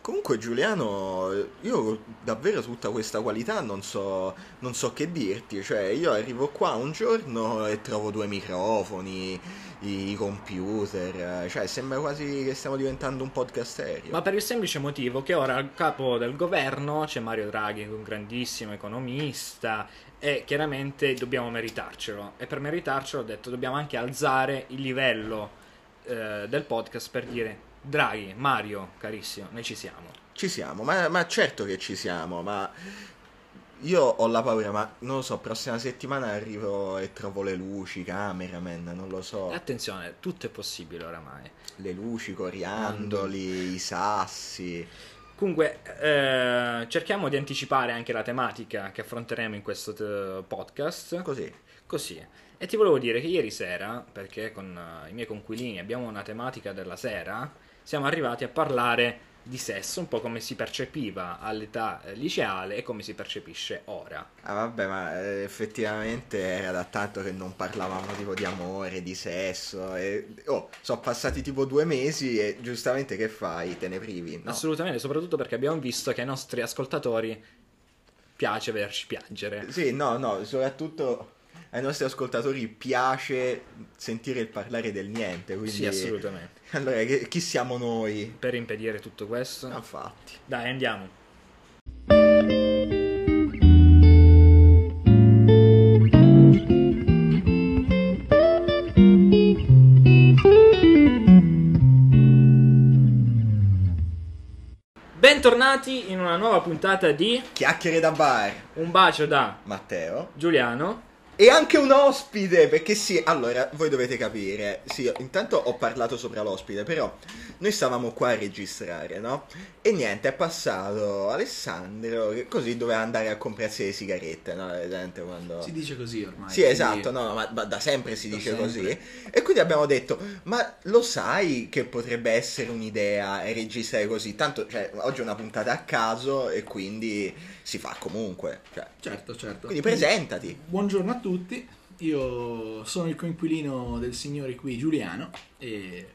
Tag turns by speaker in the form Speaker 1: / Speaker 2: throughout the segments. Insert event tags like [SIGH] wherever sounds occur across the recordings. Speaker 1: Comunque Giuliano, io davvero tutta questa qualità non so, non so che dirti, cioè io arrivo qua un giorno e trovo due microfoni, i computer, cioè sembra quasi che stiamo diventando un podcast serio.
Speaker 2: Ma per il semplice motivo che ora al capo del governo c'è Mario Draghi, un grandissimo economista, e chiaramente dobbiamo meritarcelo. E per meritarcelo ho detto dobbiamo anche alzare il livello eh, del podcast per dire Draghi, Mario, carissimo, noi ci siamo.
Speaker 1: Ci siamo, ma, ma certo che ci siamo, ma io ho la paura, ma non lo so, prossima settimana arrivo e trovo le luci, cameraman, non lo so.
Speaker 2: E attenzione, tutto è possibile oramai.
Speaker 1: Le luci, coriandoli, i sassi.
Speaker 2: Comunque, eh, cerchiamo di anticipare anche la tematica che affronteremo in questo t- podcast.
Speaker 1: Così.
Speaker 2: Così. E ti volevo dire che ieri sera, perché con eh, i miei conquilini abbiamo una tematica della sera, siamo arrivati a parlare di sesso, un po' come si percepiva all'età eh, liceale e come si percepisce ora.
Speaker 1: Ah vabbè, ma eh, effettivamente era da tanto che non parlavamo tipo di amore, di sesso. E... Oh, sono passati tipo due mesi e giustamente che fai? Te ne privi? No.
Speaker 2: Assolutamente, soprattutto perché abbiamo visto che ai nostri ascoltatori piace vederci piangere.
Speaker 1: Sì, no, no, soprattutto ai nostri ascoltatori piace sentire il parlare del niente. Quindi...
Speaker 2: Sì, assolutamente.
Speaker 1: Allora, che- chi siamo noi?
Speaker 2: Per impedire tutto questo.
Speaker 1: Infatti.
Speaker 2: Dai, andiamo. Bentornati in una nuova puntata di
Speaker 1: Chiacchiere da bar,
Speaker 2: Un bacio da
Speaker 1: Matteo.
Speaker 2: Giuliano.
Speaker 1: E anche un ospite, perché sì, allora, voi dovete capire, sì, io intanto ho parlato sopra l'ospite, però noi stavamo qua a registrare, no? E niente, è passato Alessandro, che così doveva andare a comprarsi le sigarette, no? La gente quando...
Speaker 3: Si dice così ormai.
Speaker 1: Sì, esatto, no, ma, ma da sempre si
Speaker 3: Da
Speaker 1: dice
Speaker 3: sempre.
Speaker 1: così. E quindi abbiamo detto, ma lo sai che potrebbe essere un'idea registrare così? Tanto, cioè, oggi è una puntata a caso e quindi si fa comunque. cioè.
Speaker 3: Certo, certo.
Speaker 1: Quindi presentati.
Speaker 3: Buongiorno a tutti, io sono il coinquilino del signore qui Giuliano e,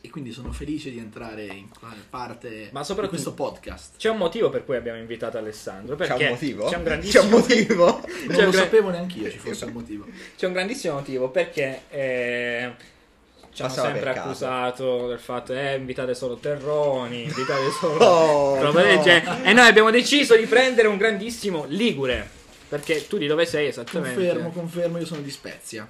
Speaker 3: e quindi sono felice di entrare in qua- parte
Speaker 2: Ma soprattutto-
Speaker 3: di questo podcast.
Speaker 2: C'è un motivo per cui abbiamo invitato Alessandro. Perché
Speaker 1: C'è un motivo? [LAUGHS]
Speaker 2: C'è un grandissimo
Speaker 1: C'è un motivo?
Speaker 3: Non
Speaker 2: Cioè,
Speaker 3: lo
Speaker 2: gra-
Speaker 3: sapevo neanche io ci fosse un
Speaker 2: [LAUGHS]
Speaker 3: motivo.
Speaker 2: C'è un grandissimo motivo perché eh, ci hanno
Speaker 1: Passava
Speaker 2: sempre
Speaker 1: per caso.
Speaker 2: accusato del fatto eh, invitate solo terroni,
Speaker 1: [LAUGHS]
Speaker 2: invitate solo
Speaker 1: Oh,
Speaker 2: roba del
Speaker 1: no.
Speaker 2: genere. E noi abbiamo deciso di prendere un grandissimo Ligure. Perché tu di dove sei esattamente?
Speaker 3: Confermo, confermo, io sono di Spezia.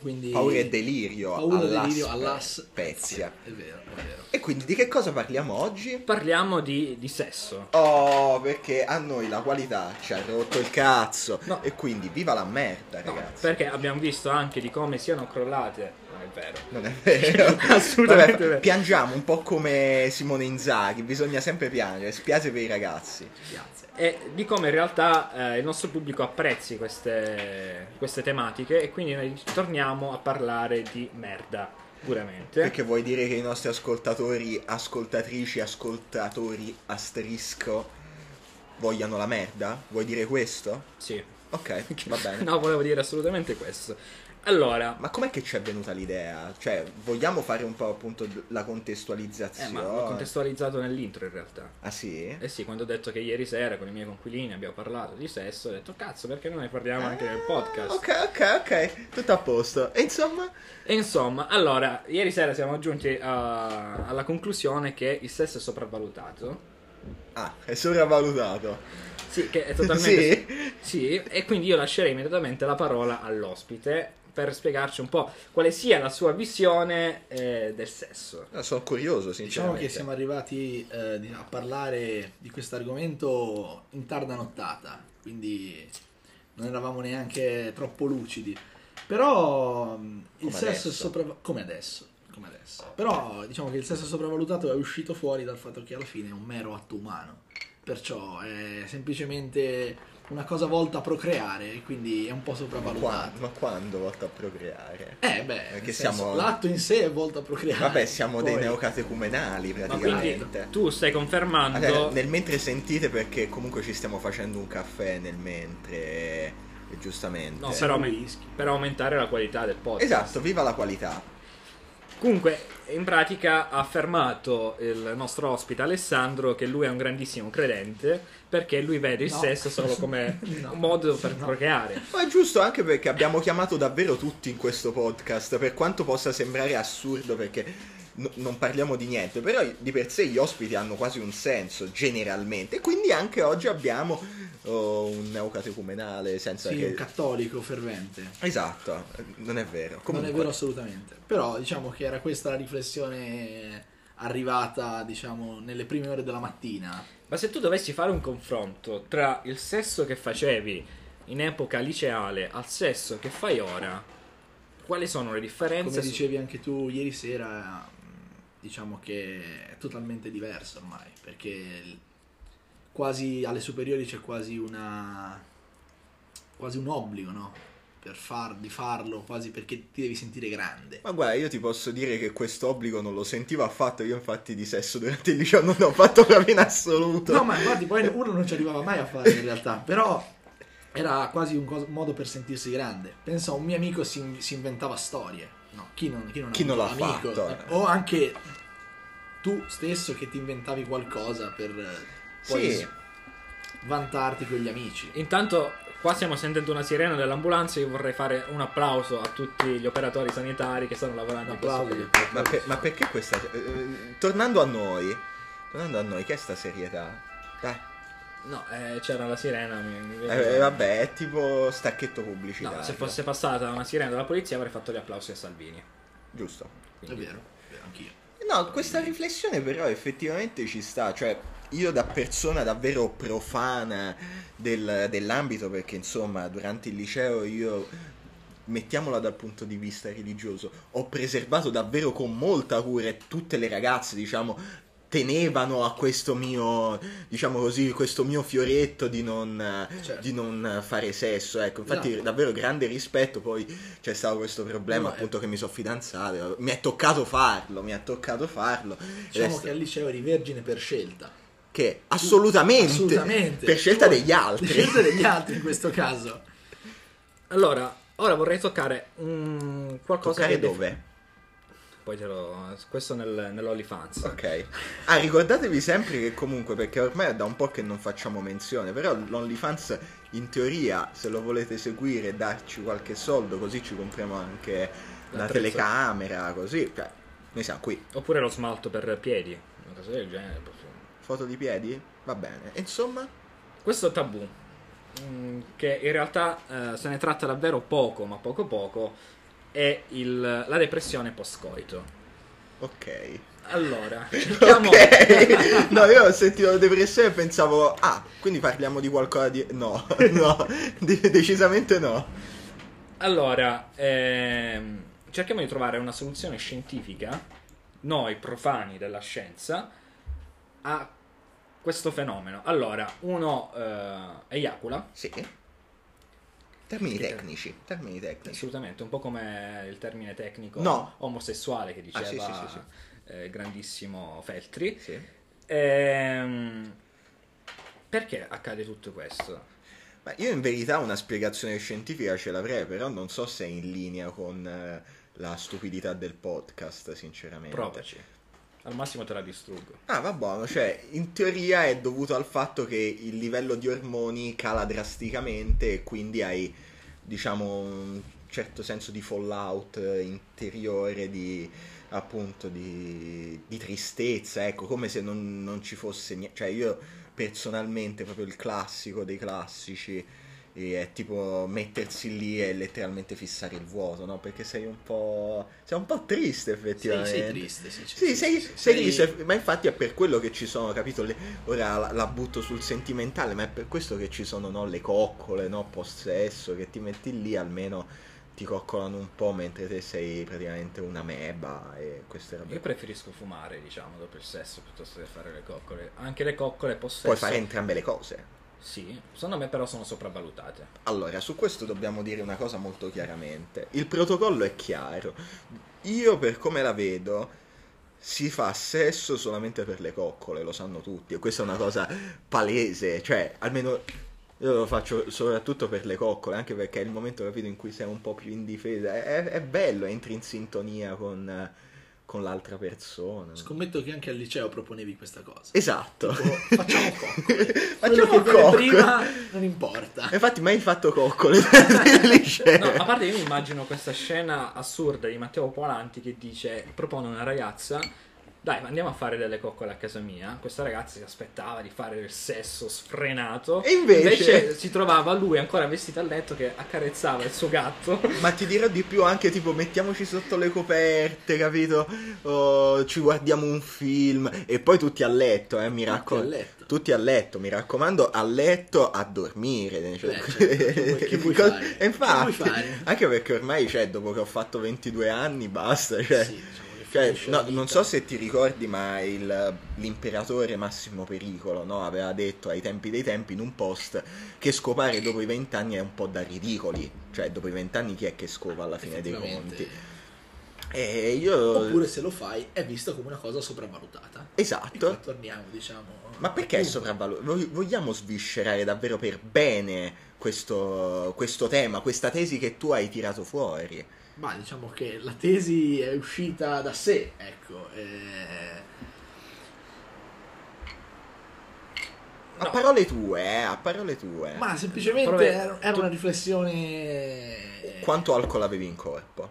Speaker 3: Quindi
Speaker 1: [LAUGHS] Paura e delirio.
Speaker 3: Paura e
Speaker 1: alla
Speaker 3: delirio
Speaker 1: spe-
Speaker 3: alla
Speaker 1: Spezia.
Speaker 3: È vero, è vero.
Speaker 1: E quindi di che cosa parliamo oggi?
Speaker 2: Parliamo di, di sesso.
Speaker 1: Oh, perché a noi la qualità ci ha rotto il cazzo.
Speaker 2: No.
Speaker 1: E quindi viva la merda, ragazzi.
Speaker 2: Perché abbiamo visto anche di come siano crollate. No, è vero.
Speaker 1: Non è vero.
Speaker 2: Assolutamente
Speaker 1: Vabbè,
Speaker 2: vero.
Speaker 1: Piangiamo un po' come Simone Inzaghi, bisogna sempre piangere, spiace per i ragazzi.
Speaker 3: Grazie.
Speaker 2: E di come in realtà eh, il nostro pubblico apprezzi queste, queste tematiche e quindi noi torniamo a parlare di merda, puramente.
Speaker 1: Perché vuoi dire che i nostri ascoltatori, ascoltatrici, ascoltatori, asterisco, vogliano la merda? Vuoi dire questo?
Speaker 2: Sì.
Speaker 1: Ok, va bene.
Speaker 2: [LAUGHS] No, volevo dire assolutamente questo. Allora,
Speaker 1: Ma com'è che ci è venuta l'idea? Cioè, vogliamo fare un po' appunto d- la
Speaker 2: eh,
Speaker 1: contestualizzazione?
Speaker 2: ma l'ho contestualizzato nell'intro in realtà.
Speaker 1: Ah sì?
Speaker 2: Eh sì, quando ho detto che ieri sera con i miei conquilini abbiamo parlato di sesso, ho detto cazzo, perché non ne parliamo anche nel
Speaker 1: Ah,
Speaker 2: podcast?
Speaker 1: Ok, ok, ok, tutto a posto. E insomma,
Speaker 2: E insomma, allora, ieri sera siamo giunti a- alla conclusione che il sesso è sopravvalutato.
Speaker 1: ah, è sopravvalutato.
Speaker 2: Sì, che è totalmente
Speaker 1: Sì?
Speaker 2: Sì, e quindi io lascerei immediatamente la parola all'ospite per spiegarci un po' quale sia la sua visione eh, del sesso.
Speaker 1: No, sono curioso,
Speaker 3: Diciamo
Speaker 1: sinceramente.
Speaker 3: che siamo arrivati eh, di- a parlare di questo argomento in tarda nottata, quindi non eravamo neanche troppo lucidi. Però mh, il
Speaker 1: Come
Speaker 3: sesso
Speaker 1: adesso.
Speaker 3: è sopravvalutato. Come adesso. Come adesso. Però diciamo che il sesso sopravvalutato è uscito fuori dal fatto che alla fine è un mero atto umano. Perciò è semplicemente una cosa volta a procreare e quindi è un po'
Speaker 1: Ma
Speaker 3: sopravvalutato.
Speaker 1: quando, ma quando volta a procreare?
Speaker 3: Eh beh,
Speaker 1: Perché
Speaker 3: nel senso,
Speaker 1: siamo-
Speaker 3: l'atto in sé è volto a procreare.
Speaker 1: Vabbè, siamo dei
Speaker 3: Poi-
Speaker 1: neocatecumenali
Speaker 2: Ma quindi
Speaker 1: praticamente.
Speaker 2: tu stai confermando...
Speaker 1: Allora, nel mentre sentite perché comunque ci stiamo facendo un caffè nel mentre, eh, giustamente.
Speaker 2: No, però, per aumentare la qualità del podcast.
Speaker 1: Esatto, viva la qualità.
Speaker 2: Comunque, in pratica ha affermato il nostro ospite Alessandro che lui è un grandissimo credente perché lui vede il
Speaker 3: No.
Speaker 2: sesso
Speaker 3: [LAUGHS]
Speaker 2: solo come
Speaker 3: No.
Speaker 2: un modo per procreare.
Speaker 1: Ma è giusto anche perché abbiamo chiamato davvero tutti in questo podcast, per quanto possa sembrare assurdo perché n- non parliamo di niente, però di per sé gli ospiti hanno quasi un senso generalmente, quindi anche oggi abbiamo oh, un neocatecumenale senza
Speaker 3: Sì,
Speaker 1: che...
Speaker 3: un cattolico fervente.
Speaker 1: esatto, non è vero. Comunque,
Speaker 3: Non è vero assolutamente. Però diciamo che era questa la riflessione arrivata, diciamo, nelle prime ore della mattina.
Speaker 2: Ma se tu dovessi fare un confronto tra il sesso che facevi in epoca liceale al sesso che fai ora, quali sono le differenze?
Speaker 3: Come dicevi anche tu ieri sera, mh, diciamo che è totalmente diverso ormai, perché il- quasi alle superiori c'è quasi una quasi un obbligo, no? Per far, di farlo, quasi perché ti devi sentire grande.
Speaker 1: Ma guarda, io ti posso dire che questo obbligo non lo sentivo affatto, io infatti di sesso durante il liceo non ne ho fatto proprio in assoluto.
Speaker 3: No, ma infatti poi uno non ci arrivava mai a fare in realtà, però era quasi un cos- modo per sentirsi grande. Pensa, un mio amico si, in- si inventava storie. No, chi non, chi non, ha
Speaker 1: Chi non
Speaker 3: avuto
Speaker 1: l'ha
Speaker 3: un amico?
Speaker 1: fatto?
Speaker 3: O anche tu stesso che ti inventavi qualcosa per eh, poi
Speaker 1: Sì.
Speaker 3: vantarti con gli amici.
Speaker 2: Intanto qua stiamo sentendo una sirena dell'ambulanza, io vorrei fare un applauso a tutti gli operatori sanitari che stanno lavorando
Speaker 3: Un
Speaker 2: in questo
Speaker 3: applauso.
Speaker 2: periodo.
Speaker 1: Ma, per- ma perché questa... eh, tornando a noi, tornando a noi, che è sta serietà? Dai.
Speaker 2: No, eh, c'era la sirena. Mi, mi viene-
Speaker 1: Eh, vabbè, è tipo stacchetto pubblicitario.
Speaker 2: No, se fosse passata una sirena della polizia avrei fatto gli applausi a Salvini.
Speaker 1: Giusto.
Speaker 3: È
Speaker 2: Quindi-
Speaker 3: vero, è vero, anch'io.
Speaker 1: No, questa riflessione però effettivamente ci sta, cioè io da persona davvero profana del- dell'ambito, perché insomma durante il liceo io, mettiamola dal punto di vista religioso, ho preservato davvero con molta cura e tutte le ragazze, diciamo, tenevano a questo mio, diciamo così, questo mio fioretto di non,
Speaker 3: Certo.
Speaker 1: di non fare sesso, ecco, infatti
Speaker 3: Esatto.
Speaker 1: davvero grande rispetto, poi c'è stato questo problema
Speaker 3: No, eh. è-
Speaker 1: appunto che mi sono fidanzato, mi è toccato farlo, mi è toccato farlo.
Speaker 3: Diciamo
Speaker 1: Adesso-
Speaker 3: che al liceo eri vergine per scelta.
Speaker 1: che assolutamente,
Speaker 3: Assolutamente.
Speaker 1: per scelta
Speaker 3: Tu-
Speaker 1: degli altri.
Speaker 3: [LAUGHS] Per scelta degli altri in questo caso.
Speaker 2: Allora, ora vorrei toccare un qualcosa
Speaker 1: Toccare
Speaker 2: che def-
Speaker 1: dove?
Speaker 2: Poi te lo questo nel, nell'OnlyFans.
Speaker 1: Ok. Ah, ricordatevi sempre che comunque, perché ormai è da un po' che non facciamo menzione, però l'OnlyFans in teoria, se lo volete seguire e darci qualche soldo, così ci compriamo anche la
Speaker 2: L'attrezzo.
Speaker 1: telecamera, così. Cioè, noi siamo qui.
Speaker 2: Oppure lo smalto per piedi, una cosa del genere.
Speaker 1: Foto di piedi? Va bene. E Insomma,
Speaker 2: Questo tabù mm, che in realtà eh, se ne tratta davvero poco, ma poco poco è il- la depressione post coito.
Speaker 1: ok. [LAUGHS]
Speaker 2: Allora,
Speaker 1: Diciamo-
Speaker 2: cerchiamo [LAUGHS]
Speaker 1: Ok. No, io ho sentito la depressione e pensavo, ah, quindi parliamo di qualcosa di... No, [LAUGHS] no, de- decisamente no.
Speaker 2: Allora, ehm, cerchiamo di trovare una soluzione scientifica, noi profani della scienza, a questo fenomeno. Allora, uno eh, eiacula,
Speaker 1: Sì. Termini
Speaker 2: Che-
Speaker 1: tecnici, termini tecnici.
Speaker 2: assolutamente, un po' come il termine tecnico
Speaker 1: No.
Speaker 2: omosessuale che
Speaker 1: Ah,
Speaker 2: diceva
Speaker 1: sì, sì, sì,
Speaker 2: eh, il grandissimo Feltri.
Speaker 1: Sì.
Speaker 2: Ehm, perché accade tutto questo?
Speaker 1: Ma io in verità una spiegazione scientifica ce l'avrei, però non so se è in linea con eh, la stupidità del podcast, sinceramente.
Speaker 2: Provaci. Al massimo te la distruggo.
Speaker 1: Ah, va buono, cioè, in teoria è dovuto al fatto che il livello di ormoni cala drasticamente e quindi hai, diciamo, un certo senso di fallout eh, interiore, di appunto di, di tristezza, ecco, come se non, non ci fosse niente. Cioè, io personalmente, proprio il classico dei classici, eh, è tipo mettersi lì e letteralmente fissare il vuoto, no? Perché sei un po'. sei un po' triste
Speaker 3: Sei,
Speaker 1: effettivamente.
Speaker 3: sei triste. Sì,
Speaker 1: Sì, sei, sei triste, Cioè, ma infatti è per quello che ci sono, capito? le- ora la, la butto sul sentimentale, ma è per questo che ci sono no, le coccole, no, possesso, che ti metti lì almeno ti coccolano un po' mentre te sei praticamente una meba e queste robe.
Speaker 2: Io preferisco fumare, diciamo, dopo il sesso piuttosto che fare le coccole. Anche le coccole possesso.
Speaker 1: Puoi fare entrambe le cose.
Speaker 2: Sì, secondo me però
Speaker 1: [LAUGHS]
Speaker 2: sono sopravvalutate.
Speaker 1: Allora, su questo dobbiamo dire una cosa molto chiaramente. Il protocollo è chiaro. Io, per come la vedo, si fa sesso solamente per le coccole, lo sanno tutti. E questa è una cosa palese. Cioè, almeno io lo faccio soprattutto per le coccole, anche perché è il momento, capito, in cui sei un po' più in difesa. È, è bello, entri in sintonia con... con l'altra persona.
Speaker 3: Scommetto che anche al liceo proponevi questa cosa.
Speaker 1: esatto.
Speaker 3: Tipo, facciamo coccole.
Speaker 1: [LAUGHS]
Speaker 3: Quello
Speaker 1: Facciamo
Speaker 3: che viene
Speaker 1: coccole.
Speaker 3: prima non importa.
Speaker 1: Infatti mai fatto coccole
Speaker 3: [LAUGHS]
Speaker 1: [LAUGHS] nel liceo.
Speaker 2: No, a parte io mi immagino questa scena assurda di Matteo Polanti che dice, propone una ragazza, dai ma andiamo a fare delle coccole a casa mia, questa ragazza si aspettava di fare del sesso sfrenato,
Speaker 1: E invece-
Speaker 2: si trovava lui ancora vestito a letto che accarezzava il suo gatto,
Speaker 1: Ma ti dirò di più anche tipo mettiamoci sotto le coperte, capito? Oh, ci guardiamo un film e poi tutti a letto, eh, mi
Speaker 3: a
Speaker 1: raccomando.
Speaker 3: letto.
Speaker 1: Tutti a letto, mi raccomando, a letto a dormire. cioè- [LAUGHS]
Speaker 3: Beh, certo, che vuoi
Speaker 1: Cos-
Speaker 3: fare?
Speaker 1: E infatti,
Speaker 3: Che vuoi fare?
Speaker 1: anche perché ormai, cioè, dopo che ho fatto 22 anni, basta, cioè...
Speaker 3: Sì, diciamo che
Speaker 1: Cioè,
Speaker 3: finisce la
Speaker 1: no,
Speaker 3: vita.
Speaker 1: non so se ti ricordi, ma il- l'imperatore Massimo Pericolo no, aveva detto ai tempi dei tempi in un post che scopare dopo i vent'anni è un po' da ridicoli. Cioè, dopo i vent'anni chi è che scopa alla fine dei
Speaker 3: Effettivamente.
Speaker 1: conti? E io...
Speaker 3: Oppure se lo fai è visto come una cosa sopravvalutata. E qua
Speaker 1: Esatto.
Speaker 3: torniamo, diciamo.
Speaker 1: Ma perché è
Speaker 3: Dunque,
Speaker 1: sopravvalutato? Vogliamo sviscerare davvero per bene questo, questo tema, questa tesi che tu hai tirato fuori?
Speaker 3: Ma diciamo che la tesi è uscita da sé, ecco. eh,
Speaker 1: A
Speaker 2: No.
Speaker 1: parole tue, eh, a parole tue.
Speaker 3: Ma semplicemente
Speaker 2: Vabbè,
Speaker 3: era, era
Speaker 2: tu-
Speaker 3: una riflessione.
Speaker 1: Quanto alcol avevi in corpo?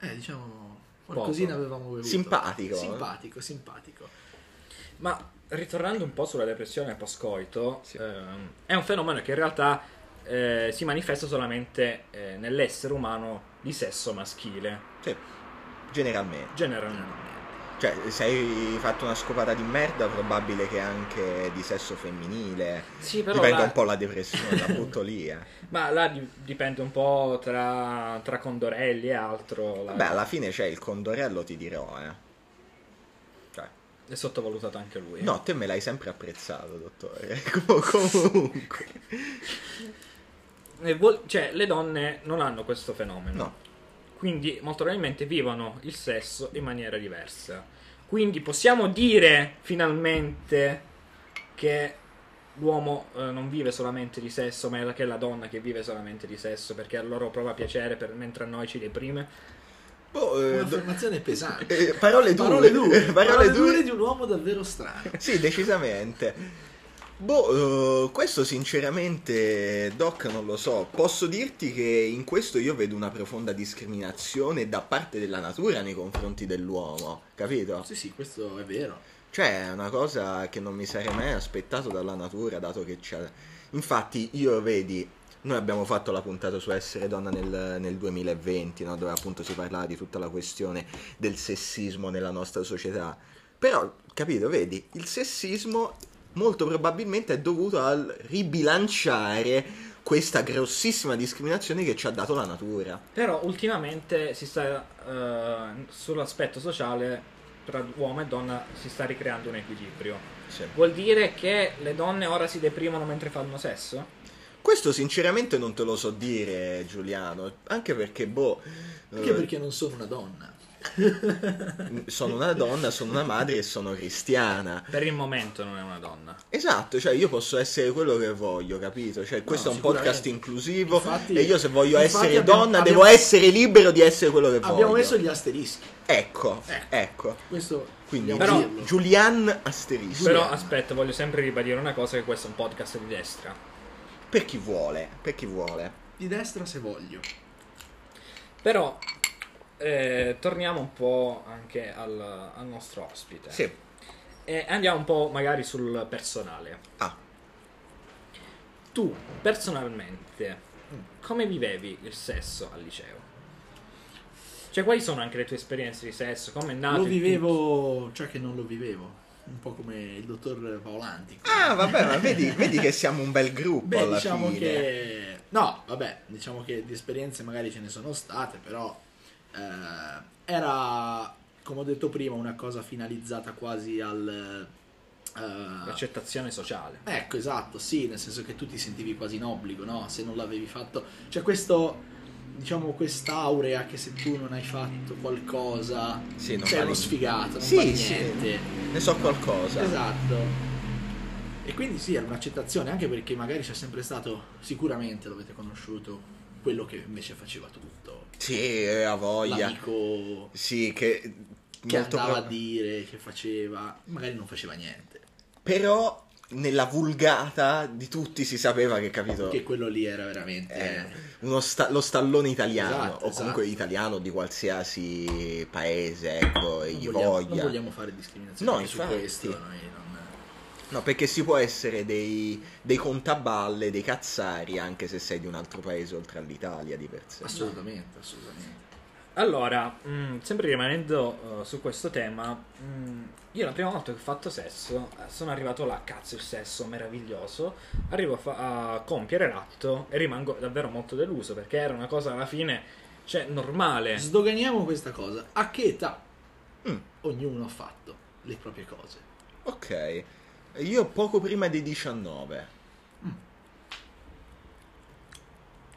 Speaker 3: Eh, diciamo. Qualcosina
Speaker 2: Poco.
Speaker 3: avevamo bevuto.
Speaker 1: Simpatico. eh.
Speaker 3: Simpatico, simpatico.
Speaker 2: Ma ritornando un po' sulla depressione post-coito, ehm, è un fenomeno che in realtà eh, si manifesta solamente eh, nell'essere umano di sesso maschile,
Speaker 1: Sì, Cioè, generalmente.
Speaker 2: generalmente.
Speaker 1: Cioè, se hai fatto una scopata di merda, probabile che anche di sesso femminile.
Speaker 2: Sì,
Speaker 1: Dipende un po' la depressione, la butto lì,
Speaker 2: [LAUGHS]
Speaker 1: eh.
Speaker 2: ma là di- dipende un po' tra, tra Condorelli e altro. la-
Speaker 1: Vabbè, alla fine c'è il condorello, ti dirò, eh. Cioè,
Speaker 2: È sottovalutato anche lui.
Speaker 1: no, te me l'hai sempre apprezzato, dottore. [LAUGHS] Com- Comunque.
Speaker 2: E vuol- cioè, le donne non hanno questo fenomeno.
Speaker 1: No.
Speaker 2: Quindi molto probabilmente vivono il sesso in maniera diversa. Quindi possiamo dire finalmente che l'uomo eh, non vive solamente di sesso, ma è che è la donna che vive solamente di sesso perché a loro prova piacere per- mentre a noi ci deprime.
Speaker 1: Boh, eh, do-
Speaker 3: Un'affermazione pesante.
Speaker 1: eh, parole dure. Eh,
Speaker 3: Parole dure.
Speaker 1: Parole
Speaker 3: Parole
Speaker 1: dure.
Speaker 3: dure di un uomo davvero strano.
Speaker 1: Sì, decisamente. Boh, eh, questo sinceramente, Doc, non lo so. Posso dirti che in questo io vedo una profonda discriminazione da parte della natura nei confronti dell'uomo, capito?
Speaker 3: Sì, sì, questo è vero.
Speaker 1: Cioè, è una cosa che non mi sarei mai aspettato dalla natura, dato che c'è... Infatti, io vedi, noi abbiamo fatto la puntata su Essere Donna nel, nel 2020, no? dove appunto si parlava di tutta la questione del sessismo nella nostra società. Però, capito, vedi, il sessismo molto probabilmente è dovuto al ribilanciare questa grossissima discriminazione che ci ha dato la natura.
Speaker 2: Però ultimamente si sta eh, sull'aspetto sociale tra uomo e donna si sta ricreando un equilibrio.
Speaker 1: Sì.
Speaker 2: Vuol dire che le donne ora si deprimono mentre fanno sesso?
Speaker 1: Questo sinceramente non te lo so dire, Giuliano, anche perché, boh...
Speaker 3: Anche
Speaker 1: eh,
Speaker 3: perché non sono una
Speaker 1: [LAUGHS]
Speaker 3: donna.
Speaker 1: sono una donna, sono una madre e sono cristiana.
Speaker 2: Per il momento non è una donna.
Speaker 1: Esatto, cioè io posso essere quello che voglio, capito? Cioè questo è un
Speaker 3: sicuramente.
Speaker 1: podcast inclusivo
Speaker 3: Infatti-
Speaker 1: e io se voglio
Speaker 3: infatti
Speaker 1: essere
Speaker 3: abbiamo-
Speaker 1: donna
Speaker 3: abbiamo-
Speaker 1: devo essere libero di essere quello che voglio.
Speaker 3: Abbiamo messo Eh. gli asterischi.
Speaker 1: Ecco, ecco.
Speaker 3: Quessto
Speaker 1: Quindi
Speaker 3: dobbiamo
Speaker 2: Però-
Speaker 3: dirlo.
Speaker 1: Giulian asterisco.
Speaker 2: Però aspetta, voglio sempre ribadire una cosa che questo è un podcast di destra.
Speaker 1: Per chi vuole, per chi vuole.
Speaker 3: di destra se voglio.
Speaker 2: Però eh, torniamo un po' anche al, al nostro ospite.
Speaker 3: Eh.
Speaker 1: Sì.
Speaker 2: E andiamo un po' magari sul personale.
Speaker 1: Ah,
Speaker 2: Tu, personalmente,
Speaker 3: Mm.
Speaker 2: come vivevi il sesso al liceo? Cioè, quali sono anche le tue esperienze di sesso? Come è nato?
Speaker 3: Lo
Speaker 2: il-
Speaker 3: vivevo, cioè che non lo vivevo. Un po' come il dottor Paolanti.
Speaker 1: Ah, vabbè, ma vedi, vedi che siamo un bel gruppo
Speaker 3: Beh,
Speaker 1: alla
Speaker 3: diciamo
Speaker 1: fine.
Speaker 3: che... No, vabbè, diciamo che di esperienze magari ce ne sono state, però eh, era, come ho detto prima, una cosa finalizzata quasi al... eh,
Speaker 2: L'accettazione sociale.
Speaker 3: Ecco, esatto, sì, nel senso che tu ti sentivi quasi in obbligo, no? Se non l'avevi fatto. Cioè, questo, diciamo, quest'aurea che se tu non hai fatto qualcosa
Speaker 1: Sì, non
Speaker 3: sei
Speaker 1: vali-
Speaker 3: uno sfigato, non
Speaker 1: Sì,
Speaker 3: vali
Speaker 1: sì.
Speaker 3: niente.
Speaker 1: Ne so qualcosa.
Speaker 3: Esatto. E quindi sì, era un'accettazione, anche perché magari c'è sempre stato, sicuramente lo avete conosciuto, quello che invece faceva tutto.
Speaker 1: Sì, eh, ha voglia.
Speaker 3: L'amico...
Speaker 1: Sì, che
Speaker 3: che
Speaker 1: molto
Speaker 3: andava
Speaker 1: prob-
Speaker 3: a dire, che faceva, magari non faceva niente.
Speaker 1: Però nella vulgata di tutti si sapeva che, capito,
Speaker 3: Che quello lì era veramente...
Speaker 1: è uno sta- lo stallone italiano,
Speaker 3: Esatto,
Speaker 1: o comunque
Speaker 3: esatto.
Speaker 1: italiano di qualsiasi paese, ecco,
Speaker 3: non,
Speaker 1: gli
Speaker 3: vogliamo, non
Speaker 1: voglia.
Speaker 3: vogliamo fare discriminazione
Speaker 1: No,
Speaker 3: anche su
Speaker 1: infatti.
Speaker 3: questo. Noi non...
Speaker 1: No, perché si può essere dei, dei contaballe, dei cazzari, anche se sei di un altro paese oltre all'Italia di per sé.
Speaker 3: Assolutamente, assolutamente.
Speaker 2: Allora, mm, sempre rimanendo eh, su questo tema, mm, io la prima volta che ho fatto sesso, eh, sono arrivato là, cazzo il sesso meraviglioso, arrivo a, fa- a compiere l'atto e rimango davvero molto deluso perché era una cosa alla fine, cioè, normale.
Speaker 3: Sdoganiamo questa cosa. A che età
Speaker 1: Mm.
Speaker 3: ognuno ha fatto le proprie cose?
Speaker 1: Ok, io poco prima dei 19.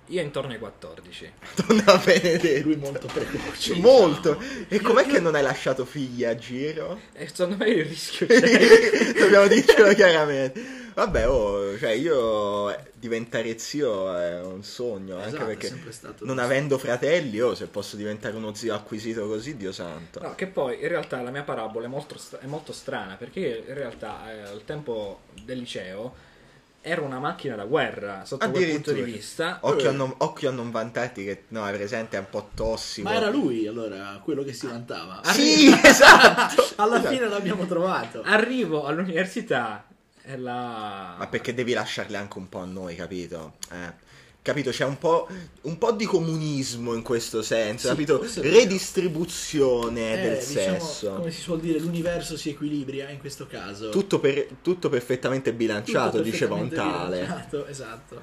Speaker 2: Io intorno ai 14.
Speaker 1: [LAUGHS] Madonna benedetta.
Speaker 3: E lui molto precoce.
Speaker 1: Molto.
Speaker 3: diciamo.
Speaker 1: E com'è che non hai lasciato figli a giro?
Speaker 2: E secondo me il rischio c'è.
Speaker 1: [LAUGHS] Dobbiamo dircelo chiaramente. Vabbè, oh, cioè io eh, diventare zio è un sogno,
Speaker 3: Esatto,
Speaker 1: anche
Speaker 3: è
Speaker 1: perché
Speaker 3: sempre stato
Speaker 1: non
Speaker 3: così.
Speaker 1: avendo fratelli, oh, se posso diventare uno zio acquisito così, Dio santo.
Speaker 2: No, che poi in realtà la mia parabola è molto, stra- è molto strana perché io in realtà eh, al tempo del liceo ero una macchina da guerra sotto quel punto di
Speaker 1: Addirittura.
Speaker 2: vista.
Speaker 1: Occhio, a
Speaker 2: Eh,
Speaker 1: non, occhio a non vantarti che no, è presente, è un po' tossico.
Speaker 3: Ma era lui allora quello che si vantava.
Speaker 1: Sì, [LAUGHS] esatto.
Speaker 3: [LAUGHS] Alla
Speaker 1: Esatto.
Speaker 3: fine l'abbiamo trovato.
Speaker 2: Arrivo all'università e la...
Speaker 1: Ma perché devi lasciarle anche un po' a noi, capito? Eh, Capito, c'è un po', un po' di comunismo in questo senso,
Speaker 3: Sì,
Speaker 1: capito?
Speaker 3: questo è vero.
Speaker 1: Redistribuzione
Speaker 3: Eh,
Speaker 1: del
Speaker 3: diciamo,
Speaker 1: sesso.
Speaker 3: Come si suol dire, l'universo si equilibria in questo caso.
Speaker 1: Tutto, per- tutto perfettamente
Speaker 3: Tutto
Speaker 1: bilanciato, diceva un
Speaker 3: perfettamente
Speaker 1: tale.
Speaker 3: bilanciato, Esatto.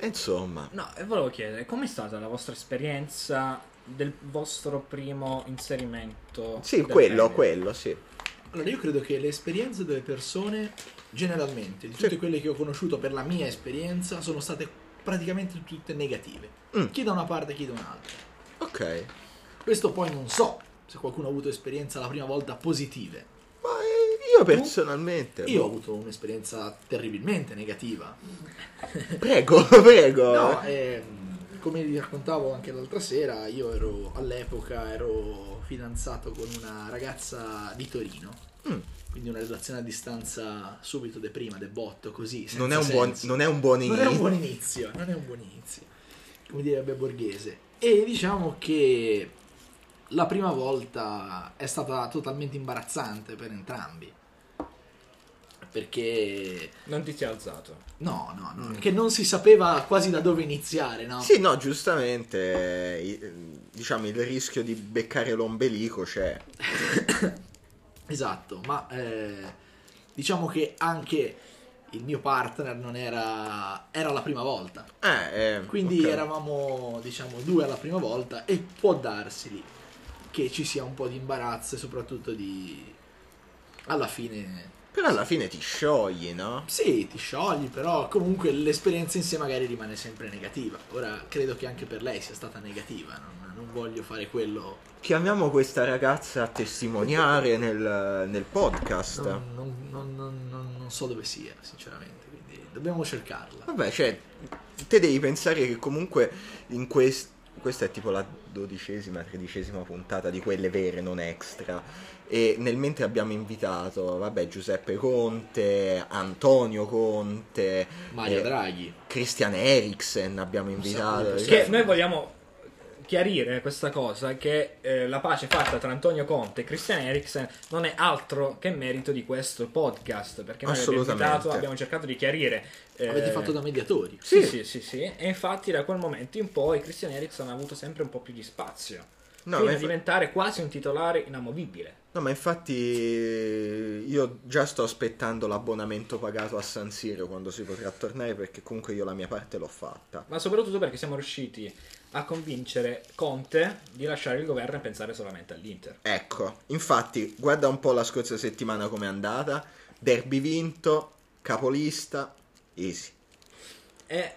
Speaker 1: E Insomma,
Speaker 2: No, e volevo chiedere, com'è stata la vostra esperienza del vostro primo inserimento?
Speaker 1: sì,
Speaker 2: del
Speaker 1: quello,
Speaker 2: genere?
Speaker 1: quello, sì.
Speaker 3: Allora, io credo che le esperienze delle persone, generalmente, di
Speaker 1: Sì.
Speaker 3: tutte quelle che ho conosciuto per la mia esperienza, sono state praticamente tutte negative.
Speaker 1: Mm.
Speaker 3: Chi da una parte, chi da un'altra.
Speaker 1: Ok.
Speaker 3: Questo poi non so se qualcuno ha avuto esperienze la prima volta positive.
Speaker 1: Ma eh, io personalmente... boh,
Speaker 3: Io ho avuto un'esperienza terribilmente negativa.
Speaker 1: Prego, [LAUGHS] prego.
Speaker 3: No, ehm, come vi raccontavo anche l'altra sera, io ero all'epoca ero fidanzato con una ragazza di Torino.
Speaker 1: Mm.
Speaker 3: Quindi una relazione a distanza subito de prima, de botto, così. senza
Speaker 1: non, è un buon,
Speaker 3: senso.
Speaker 1: non è un buon
Speaker 3: Non è un
Speaker 1: inizio.
Speaker 3: buon inizio, non è un buon inizio. Come direbbe Borghese. E diciamo che la prima volta è stata totalmente imbarazzante per entrambi. Perché
Speaker 2: Non ti sei alzato.
Speaker 3: no, no,
Speaker 1: Mm.
Speaker 3: no, perché non si sapeva quasi da dove iniziare, no?
Speaker 1: Sì, no, giustamente, eh, i- diciamo, il rischio di beccare l'ombelico c'è.
Speaker 3: Esatto, ma eh, diciamo che anche il mio partner non era era la prima volta.
Speaker 1: Eh, eh,
Speaker 3: Quindi
Speaker 1: ok.
Speaker 3: eravamo, diciamo, due alla prima volta e può darsi lì che ci sia un po' di imbarazzo e soprattutto di... Alla fine...
Speaker 1: Però alla fine ti sciogli, no?
Speaker 3: Sì, ti sciogli, però comunque l'esperienza in sé magari rimane sempre negativa. Ora credo che anche per lei sia stata negativa, non, non voglio fare quello...
Speaker 1: Chiamiamo questa ragazza a testimoniare nel, nel podcast.
Speaker 3: Non, non- non- non- non- non so dove sia, sinceramente, quindi dobbiamo cercarla.
Speaker 1: Vabbè, cioè, te devi pensare che comunque in questo... Questa è tipo la dodicesima, tredicesima puntata di quelle vere, non extra. E nel mentre abbiamo invitato, vabbè, Giuseppe Conte, Antonio Conte,
Speaker 3: Mario
Speaker 1: eh,
Speaker 3: Draghi.
Speaker 1: Christian Eriksen abbiamo
Speaker 3: so,
Speaker 1: invitato.
Speaker 3: non so.
Speaker 2: Che noi vogliamo chiarire questa cosa che eh, la pace fatta tra Antonio Conte e Christian Eriksen non è altro che merito di questo podcast perché noi abbiamo
Speaker 1: Assolutamente.
Speaker 2: invitato, abbiamo cercato di chiarire eh,
Speaker 3: Avete fatto da mediatori.
Speaker 2: sì, sì, sì, sì. E infatti da quel momento in poi Christian Eriksen ha avuto sempre un po' più di spazio.
Speaker 1: No,
Speaker 2: fino
Speaker 1: ma
Speaker 2: a
Speaker 1: inf-
Speaker 2: diventare quasi un titolare inamovibile.
Speaker 1: no, ma infatti io già sto aspettando l'abbonamento pagato a San Siro quando si potrà tornare perché comunque io la mia parte l'ho fatta.
Speaker 2: Ma soprattutto perché siamo riusciti a convincere Conte di lasciare il governo e pensare solamente all'Inter.
Speaker 1: Ecco, infatti guarda un po' la scorsa settimana com'è andata. Derby vinto, capolista, easy.
Speaker 2: E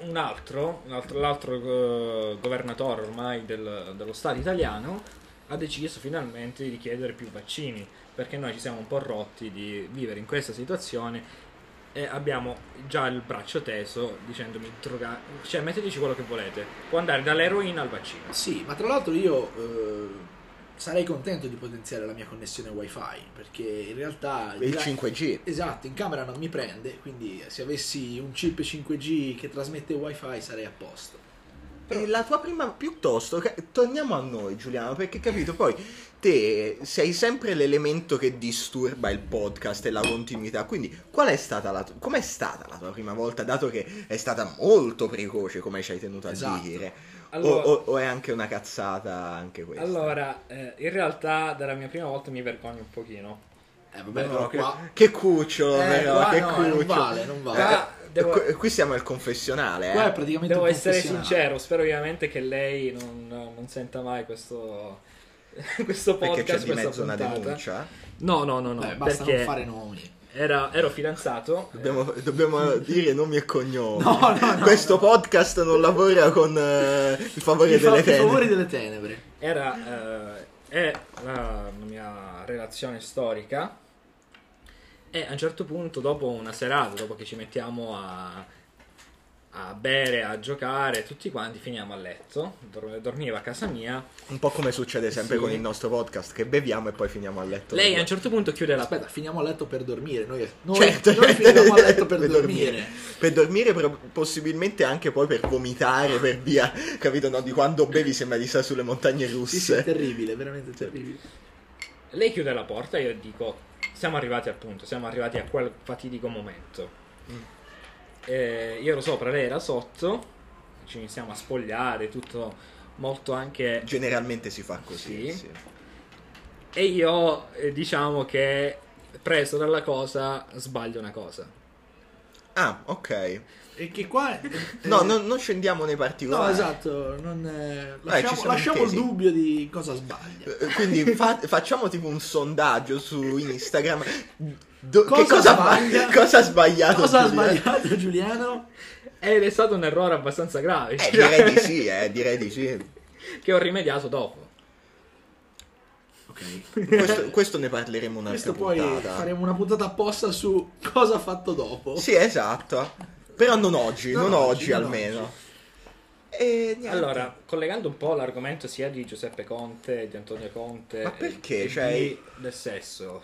Speaker 2: un altro, un altro- l'altro eh, governatore ormai del- dello Stato italiano ha deciso finalmente di chiedere più vaccini perché noi ci siamo un po' rotti di vivere in questa situazione e abbiamo già il braccio teso dicendomi droga- cioè metteteci quello che volete può andare dall'eroina al vaccino
Speaker 3: Sì, ma tra l'altro io eh, sarei contento di potenziare la mia connessione wifi perché in realtà di
Speaker 1: Il
Speaker 3: là-
Speaker 1: 5G.
Speaker 3: Esatto, in camera non mi prende, quindi se avessi un chip 5G che trasmette wifi sarei a posto. Però-
Speaker 1: E la tua prima piuttosto, ca- torniamo a noi Giuliano, perché capito, poi te sei sempre l'elemento che disturba il podcast e la continuità, quindi qual è stata la, tu- com'è stata la tua prima volta, dato che è stata molto precoce come ci hai tenuto a
Speaker 3: Esatto.
Speaker 1: dire, O-
Speaker 2: Allora,
Speaker 1: o, o è anche una cazzata anche questa?
Speaker 2: allora, eh, in realtà dalla mia prima volta mi vergogno un pochino.
Speaker 3: Eh vabbè,
Speaker 1: No,
Speaker 3: però
Speaker 1: che,
Speaker 3: qua...
Speaker 1: che cucciolo,
Speaker 3: Eh,
Speaker 1: però,
Speaker 3: qua
Speaker 1: che
Speaker 3: no,
Speaker 1: cucciolo.
Speaker 3: non vale, non vale.
Speaker 2: Qua devo-
Speaker 1: qui- qui siamo al confessionale,
Speaker 3: Qua è
Speaker 1: eh.
Speaker 3: praticamente
Speaker 2: Devo
Speaker 3: un
Speaker 2: essere
Speaker 3: confessionale.
Speaker 2: sincero, spero ovviamente che lei non, non senta mai questo, [LAUGHS] questo
Speaker 1: perché c'è
Speaker 2: podcast,
Speaker 1: di
Speaker 2: questa
Speaker 1: mezzo una
Speaker 2: puntata.
Speaker 1: denuncia.
Speaker 2: No, no, no, no,
Speaker 3: Vabbè, Eh, basta
Speaker 2: perché
Speaker 3: non fare nomi.
Speaker 2: era- ero fidanzato.
Speaker 1: Dobbiamo, dobbiamo
Speaker 3: [LAUGHS]
Speaker 1: dire nomi e cognomi.
Speaker 3: No, no, no.
Speaker 1: Questo podcast non lavora con eh, il favore
Speaker 3: I fa-
Speaker 1: delle
Speaker 3: i
Speaker 1: tenebre.
Speaker 3: favori delle tenebre.
Speaker 2: era eh, è la mia relazione storica e a un certo punto dopo una serata dopo che ci mettiamo a, a bere a giocare tutti quanti finiamo a letto dor- dormiva a casa mia
Speaker 1: Un po' come succede sempre
Speaker 2: Sì.
Speaker 1: con il nostro podcast, che beviamo e poi finiamo a letto.
Speaker 2: lei a un certo punto chiude la
Speaker 3: Aspetta, finiamo a letto per dormire. Noi, noi,
Speaker 1: Certo,
Speaker 3: noi finiamo a letto per dormire.
Speaker 1: Per dormire, però, possibilmente anche poi per vomitare per via, capito? No, di quando bevi sembra di stare sulle montagne
Speaker 3: Sì, sì, è
Speaker 1: russe.
Speaker 3: terribile, veramente terribile.
Speaker 2: lei chiude la porta e io dico siamo arrivati al punto siamo arrivati a quel fatidico momento
Speaker 1: Mm.
Speaker 2: Eh, io ero sopra lei era sotto ci iniziamo a spogliare tutto molto anche
Speaker 1: Generalmente si fa così.
Speaker 2: Sì.
Speaker 1: sì.
Speaker 2: E io eh, diciamo che preso dalla cosa sbaglio una cosa.
Speaker 1: Ah, ok.
Speaker 3: E che qua...
Speaker 1: No,
Speaker 3: eh,
Speaker 1: non, non scendiamo nei particolari.
Speaker 3: no, esatto. non, eh,
Speaker 1: ci
Speaker 3: lasciamo
Speaker 1: siamo
Speaker 3: lasciamo il
Speaker 1: intesi.
Speaker 3: dubbio di cosa sbaglia.
Speaker 1: Eh, Quindi
Speaker 3: [LAUGHS]
Speaker 1: fa- facciamo tipo un sondaggio su Instagram. Do-
Speaker 3: Cosa
Speaker 1: che cosa,
Speaker 3: sbaglia?
Speaker 1: [LAUGHS] cosa ha sbagliato? eh?
Speaker 3: Cosa ha
Speaker 1: Giulia?
Speaker 3: sbagliato Giuliano?
Speaker 2: Ed è stato un errore abbastanza grave
Speaker 3: [LAUGHS]
Speaker 1: Eh,
Speaker 2: cioè,
Speaker 1: direi di sì, eh, direi di sì.
Speaker 2: che ho rimediato dopo.
Speaker 3: Ok.
Speaker 1: Questo, questo ne parleremo un'altra
Speaker 3: Questo poi
Speaker 1: puntata.
Speaker 3: faremo una puntata apposta su cosa ha fatto dopo.
Speaker 1: Sì, esatto. Però non oggi,
Speaker 3: Non
Speaker 1: non,
Speaker 3: oggi,
Speaker 1: oggi,
Speaker 3: non
Speaker 1: almeno. E niente.
Speaker 2: Allora, collegando un po' l'argomento sia di Giuseppe Conte, di Antonio Conte,
Speaker 1: Ma perché?
Speaker 2: e- e
Speaker 1: Cioè- Ah,
Speaker 2: di- del sesso.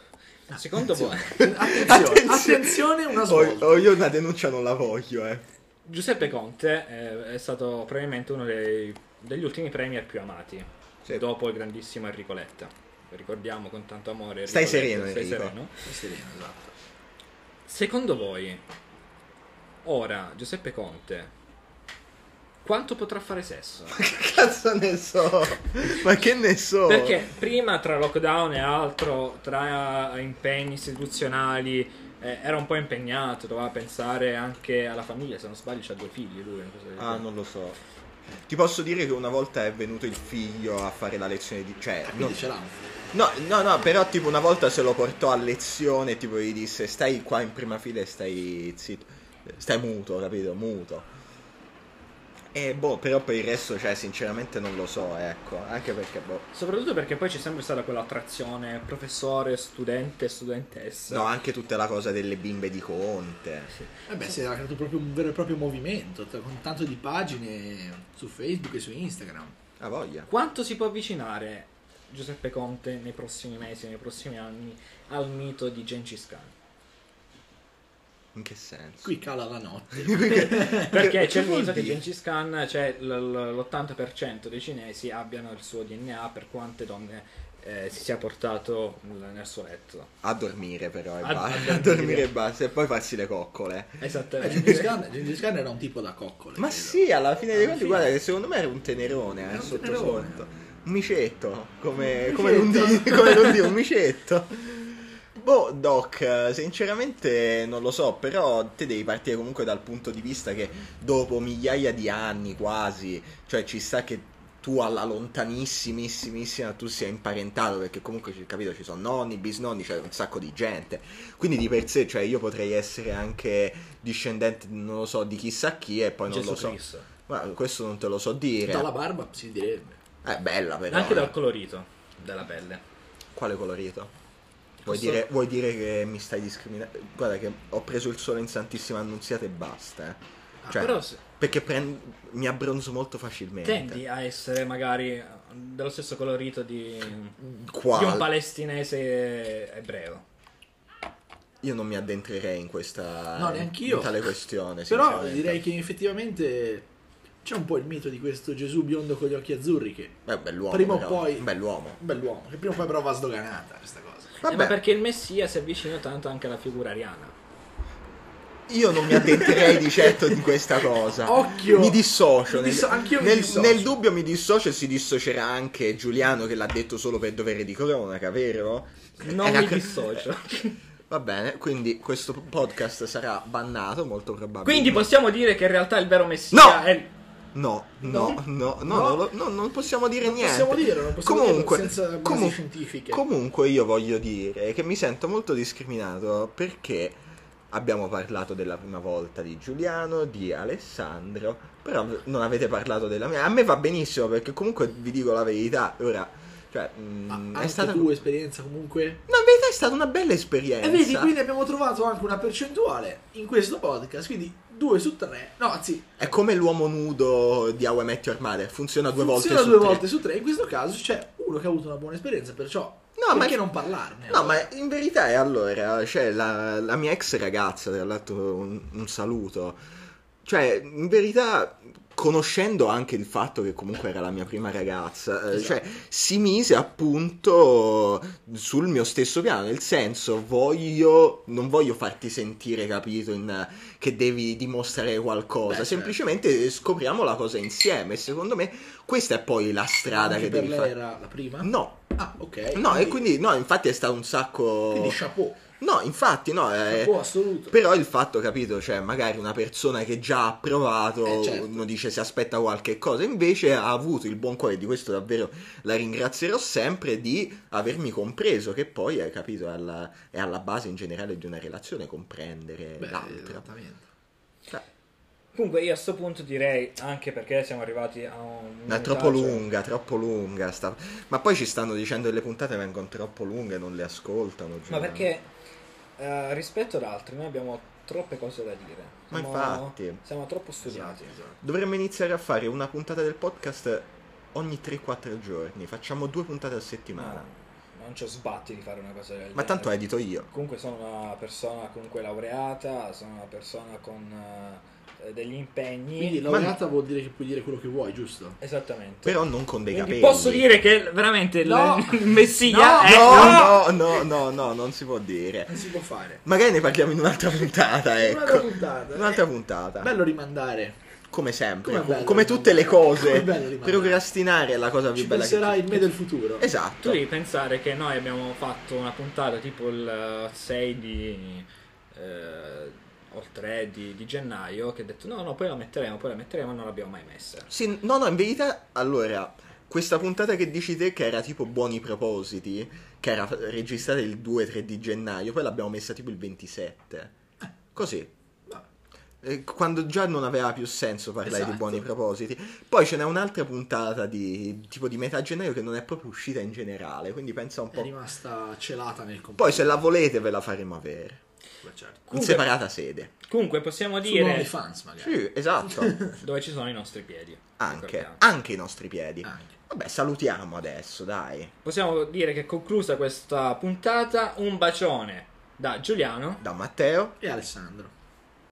Speaker 2: Secondo voi
Speaker 3: Attenzione, attenzione, una
Speaker 1: Oh,
Speaker 3: svolta.
Speaker 1: oh, io una denuncia non la voglio, eh.
Speaker 2: [LAUGHS]
Speaker 1: [LAUGHS]
Speaker 2: Giuseppe Conte eh, è stato probabilmente uno dei- degli ultimi premier più amati
Speaker 1: Sì.
Speaker 2: dopo il grandissimo Enrico Letta. Ricordiamo con tanto amore. Enrico
Speaker 1: Stai
Speaker 2: Letta,
Speaker 1: sereno,
Speaker 2: stai
Speaker 1: Enrico.
Speaker 2: sereno.
Speaker 3: Sereno, esatto.
Speaker 2: Secondo voi, ora Giuseppe Conte, quanto potrà fare sesso?
Speaker 1: Ma che cazzo ne so? Ma che ne so?
Speaker 2: Perché prima tra lockdown e altro, tra impegni istituzionali, eh, era un po' impegnato, doveva pensare anche alla famiglia, se non sbaglio ha due figli lui. una cosa del
Speaker 1: Ah,
Speaker 2: genere.
Speaker 1: non lo so. Ti posso dire che una volta è venuto il figlio a fare la lezione di...
Speaker 2: Ah,
Speaker 1: Cioè, no,
Speaker 3: Quindi ce l'hanno.
Speaker 1: no, no, no, però tipo una volta se lo portò a lezione e tipo gli disse stai qua in prima fila e stai zitto. Stai muto, capito? Muto. E boh, però per il resto, cioè, sinceramente non lo so, ecco. Anche perché, boh...
Speaker 2: Soprattutto perché poi c'è sempre stata quell'attrazione professore, studente, studentessa.
Speaker 1: No, anche tutta la cosa delle bimbe di Conte.
Speaker 3: Eh beh, si era creato proprio un vero e proprio movimento, t- con tanto di pagine su Facebook e su Instagram.
Speaker 1: Ha voglia.
Speaker 2: Quanto si può avvicinare Giuseppe Conte nei prossimi mesi, nei prossimi anni, al mito di Gengis Khan?
Speaker 1: In che senso? [LAUGHS]
Speaker 3: Qui cala la notte.
Speaker 2: Perché c'è il
Speaker 1: vuol
Speaker 2: mito che
Speaker 1: dire?
Speaker 2: Gengis Khan, cioè l- l- l'80% dei cinesi abbiano il suo DNA per quante donne eh, si sia portato nel nel suo letto.
Speaker 1: A dormire però, e
Speaker 2: A-
Speaker 1: basta.
Speaker 2: a
Speaker 1: [LAUGHS] A,
Speaker 2: dormire.
Speaker 1: dormire e basta. E poi farsi le coccole.
Speaker 3: Eh,
Speaker 2: Esattamente.
Speaker 3: Gengis Khan, Gengis Khan era un tipo da coccole.
Speaker 1: Ma
Speaker 3: credo.
Speaker 1: sì, alla fine dei
Speaker 3: Alla
Speaker 1: conti,
Speaker 3: fine.
Speaker 1: guarda che secondo me era un tenerone, eh,
Speaker 3: Era un
Speaker 1: sotto
Speaker 3: tenerone.
Speaker 1: sotto. Un micetto, come,
Speaker 3: Un
Speaker 1: come
Speaker 3: micetto.
Speaker 1: l'undi- come
Speaker 3: [LAUGHS]
Speaker 1: l'undino, un micetto. Boh, Doc, eh, sinceramente non lo so, però te devi partire comunque dal punto di vista che dopo migliaia di anni quasi, cioè ci sta che tu alla lontanissimissima tu sia imparentato perché comunque ci- capito ci sono nonni, bisnonni, c'è un sacco di gente. Quindi di per sé, cioè io potrei essere anche discendente, non lo so, di chissà chi e poi non
Speaker 2: Gesù
Speaker 1: lo so.
Speaker 2: Cristo.
Speaker 1: Ma questo non te lo so dire.
Speaker 3: Dalla barba si direbbe.
Speaker 1: È bella però.
Speaker 2: Anche
Speaker 1: eh.
Speaker 2: dal colorito della pelle.
Speaker 1: Quale colorito? Vuoi,
Speaker 2: Questo-
Speaker 1: dire, vuoi dire che mi stai discriminando? Guarda che ho preso il sole in Santissima Annunziata e basta. eh.
Speaker 3: Ah,
Speaker 1: Cioè,
Speaker 2: Però se-
Speaker 1: perché prend- mi abbronzo molto facilmente.
Speaker 2: tendi a essere magari dello stesso colorito di, di un
Speaker 1: Quale?
Speaker 2: palestinese ebreo.
Speaker 1: Io non mi addentrerei in questa
Speaker 3: No, neanch'io.
Speaker 1: in tale questione.
Speaker 3: Però
Speaker 1: sinceramente.
Speaker 3: direi che effettivamente c'è un po' il mito di questo Gesù biondo con gli occhi azzurri che
Speaker 1: Beh, bell'uomo.
Speaker 3: prima o
Speaker 1: però.
Speaker 3: poi-
Speaker 1: Bell'uomo.
Speaker 3: bell'uomo, che prima o poi però va sdoganata questa cosa.
Speaker 2: Eh, ma
Speaker 1: Vabbè,
Speaker 2: perché il Messia si avvicina tanto anche alla figura ariana.
Speaker 1: io non mi addentrerei di certo di questa cosa.
Speaker 3: Occhio!
Speaker 1: Mi dissocio.
Speaker 3: Mi disso- anch'io mi
Speaker 1: nel,
Speaker 3: dissocio.
Speaker 1: nel dubbio mi dissocio e si dissocierà anche Giuliano che l'ha detto solo per dovere di cronaca, vero?
Speaker 2: Non
Speaker 1: Era
Speaker 2: mi
Speaker 1: cre-
Speaker 2: dissocio.
Speaker 1: [LAUGHS] Va bene, quindi questo podcast sarà bannato molto probabilmente.
Speaker 2: Quindi possiamo dire che in realtà il vero Messia
Speaker 1: No!
Speaker 2: è...
Speaker 1: No, no, no, no,
Speaker 3: No.
Speaker 1: non lo- no, non possiamo dire
Speaker 3: Non
Speaker 1: niente.
Speaker 3: possiamo dire, non possiamo
Speaker 1: comunque,
Speaker 3: dirlo senza basi
Speaker 1: comu-
Speaker 3: scientifiche.
Speaker 1: Comunque io voglio dire che mi sento molto discriminato perché abbiamo parlato della prima volta di Giuliano, di Alessandro, però non avete parlato della mia. A me va benissimo perché comunque vi dico la verità, ora cioè mm,
Speaker 3: Ma
Speaker 1: è
Speaker 3: anche
Speaker 1: stata
Speaker 3: tu esperienza comunque.
Speaker 1: No, in verità è stata una bella esperienza.
Speaker 3: E Eh, vedi, quindi abbiamo trovato anche una percentuale in questo podcast, quindi 2 su 3. No, anzi,
Speaker 1: È come l'uomo nudo di How I Met Your Mother, funziona due
Speaker 3: funziona
Speaker 1: volte su
Speaker 3: due
Speaker 1: tre.
Speaker 3: volte su 3. In questo caso c'è uno che ha avuto una buona esperienza, perciò
Speaker 1: No, ma-
Speaker 3: perché non parlarne?
Speaker 1: No, ma in verità è allora, cioè la, la mia ex ragazza, tra l'altro un, un saluto, cioè in verità conoscendo anche il fatto che comunque era la mia prima ragazza, eh,
Speaker 3: Esatto.
Speaker 1: cioè si mise appunto sul mio stesso piano, nel senso voglio, non voglio farti sentire capito in- che devi dimostrare
Speaker 3: Beh,
Speaker 1: qualcosa,
Speaker 3: certo.
Speaker 1: semplicemente scopriamo la cosa insieme, secondo me questa è poi la strada
Speaker 3: Anche
Speaker 1: che
Speaker 3: per
Speaker 1: devi
Speaker 3: lei
Speaker 1: fare.
Speaker 3: era la prima?
Speaker 1: No,
Speaker 3: Ah, ok.
Speaker 1: No, e quindi, no, infatti è stato un sacco.
Speaker 3: quindi diciamo chapeau.
Speaker 1: No, infatti, no. eh,
Speaker 3: Chapeau assoluto.
Speaker 1: Però il fatto, capito, cioè, magari una persona che già ha provato,
Speaker 3: Eh, certo.
Speaker 1: uno dice si aspetta qualche cosa, invece ha avuto il buon cuore, di questo davvero la ringrazierò sempre, di avermi compreso, che poi, eh, capito, è alla, è alla base in generale di una relazione comprendere
Speaker 3: Beh,
Speaker 1: l'altra.
Speaker 3: esattamente.
Speaker 1: Cioè,
Speaker 2: Comunque io a sto punto direi, anche perché siamo arrivati a un...
Speaker 1: no, è troppo
Speaker 3: cioè
Speaker 1: lunga, troppo lunga. sta- Ma poi ci stanno dicendo che le puntate vengono troppo lunghe, non le ascoltano.
Speaker 2: Ma
Speaker 1: Giuliano.
Speaker 2: perché eh, rispetto ad altri noi abbiamo troppe cose da dire.
Speaker 1: Ma infatti.
Speaker 2: Siamo troppo studiati.
Speaker 3: Esatto, esatto.
Speaker 1: Dovremmo iniziare a fare una puntata del podcast ogni 3-4 giorni. Facciamo due puntate a settimana.
Speaker 3: Ah.
Speaker 2: No, Ah, non ci sbatti di fare una cosa del genere.
Speaker 1: Ma tanto edito io.
Speaker 2: Comunque sono una persona comunque laureata, sono una persona con eh, degli impegni.
Speaker 3: Quindi laureata vuol dire che puoi dire quello che vuoi, giusto?
Speaker 2: Esattamente.
Speaker 1: Però non con
Speaker 3: Eh,
Speaker 1: dei
Speaker 2: Quindi
Speaker 1: capelli.
Speaker 2: posso dire che veramente
Speaker 3: No.
Speaker 2: il il Messia
Speaker 3: No.
Speaker 2: è...
Speaker 1: No, no,
Speaker 3: ecco.
Speaker 1: no, no, no, non si può dire.
Speaker 3: Non si può fare.
Speaker 1: Magari ne parliamo in un'altra puntata,
Speaker 3: Un'altra
Speaker 1: ecco.
Speaker 3: puntata.
Speaker 1: Un'altra puntata.
Speaker 3: Bello rimandare.
Speaker 1: Come sempre,
Speaker 3: Com'è bello
Speaker 1: come tutte le
Speaker 3: rimanere. Com'è
Speaker 1: cose.
Speaker 3: bello rimanere.
Speaker 1: Procrastinare è la cosa più
Speaker 3: Ci
Speaker 1: bella
Speaker 3: penserà
Speaker 1: che
Speaker 3: il me del futuro.
Speaker 2: Tu
Speaker 1: Esatto.
Speaker 2: devi pensare che noi abbiamo fatto una puntata tipo il eh, 6 di... eh, o il 3 di, di gennaio che ha detto no no poi la metteremo, poi la metteremo e non l'abbiamo mai messa.
Speaker 1: Sì, no, no, in verità, allora, questa puntata che dici te che era tipo Buoni Propositi, che era registrata il 2-3 di gennaio, poi l'abbiamo messa tipo il 27. Così. Eh, Quando già non aveva più senso parlare
Speaker 3: Esatto.
Speaker 1: di buoni propositi. Poi ce n'è un'altra puntata di tipo di metà gennaio che non è proprio uscita in generale, quindi pensa un
Speaker 3: È
Speaker 1: po'.
Speaker 3: rimasta celata nel computer.
Speaker 1: Poi se la volete ve la faremo avere.
Speaker 3: Beh, certo.
Speaker 1: In
Speaker 2: Comunque-
Speaker 1: separata sede.
Speaker 2: Comunque possiamo
Speaker 3: Su
Speaker 2: dire
Speaker 3: OnlyFans magari.
Speaker 1: Sì,
Speaker 3: [LAUGHS]
Speaker 1: esatto.
Speaker 2: dove ci sono i nostri piedi.
Speaker 1: Anche,
Speaker 2: ricordiamo.
Speaker 1: anche i nostri piedi.
Speaker 3: Anche.
Speaker 1: Vabbè, salutiamo adesso, dai.
Speaker 2: Possiamo dire che conclusa questa puntata un bacione da Giuliano
Speaker 1: Da Matteo.
Speaker 3: E Alessandro.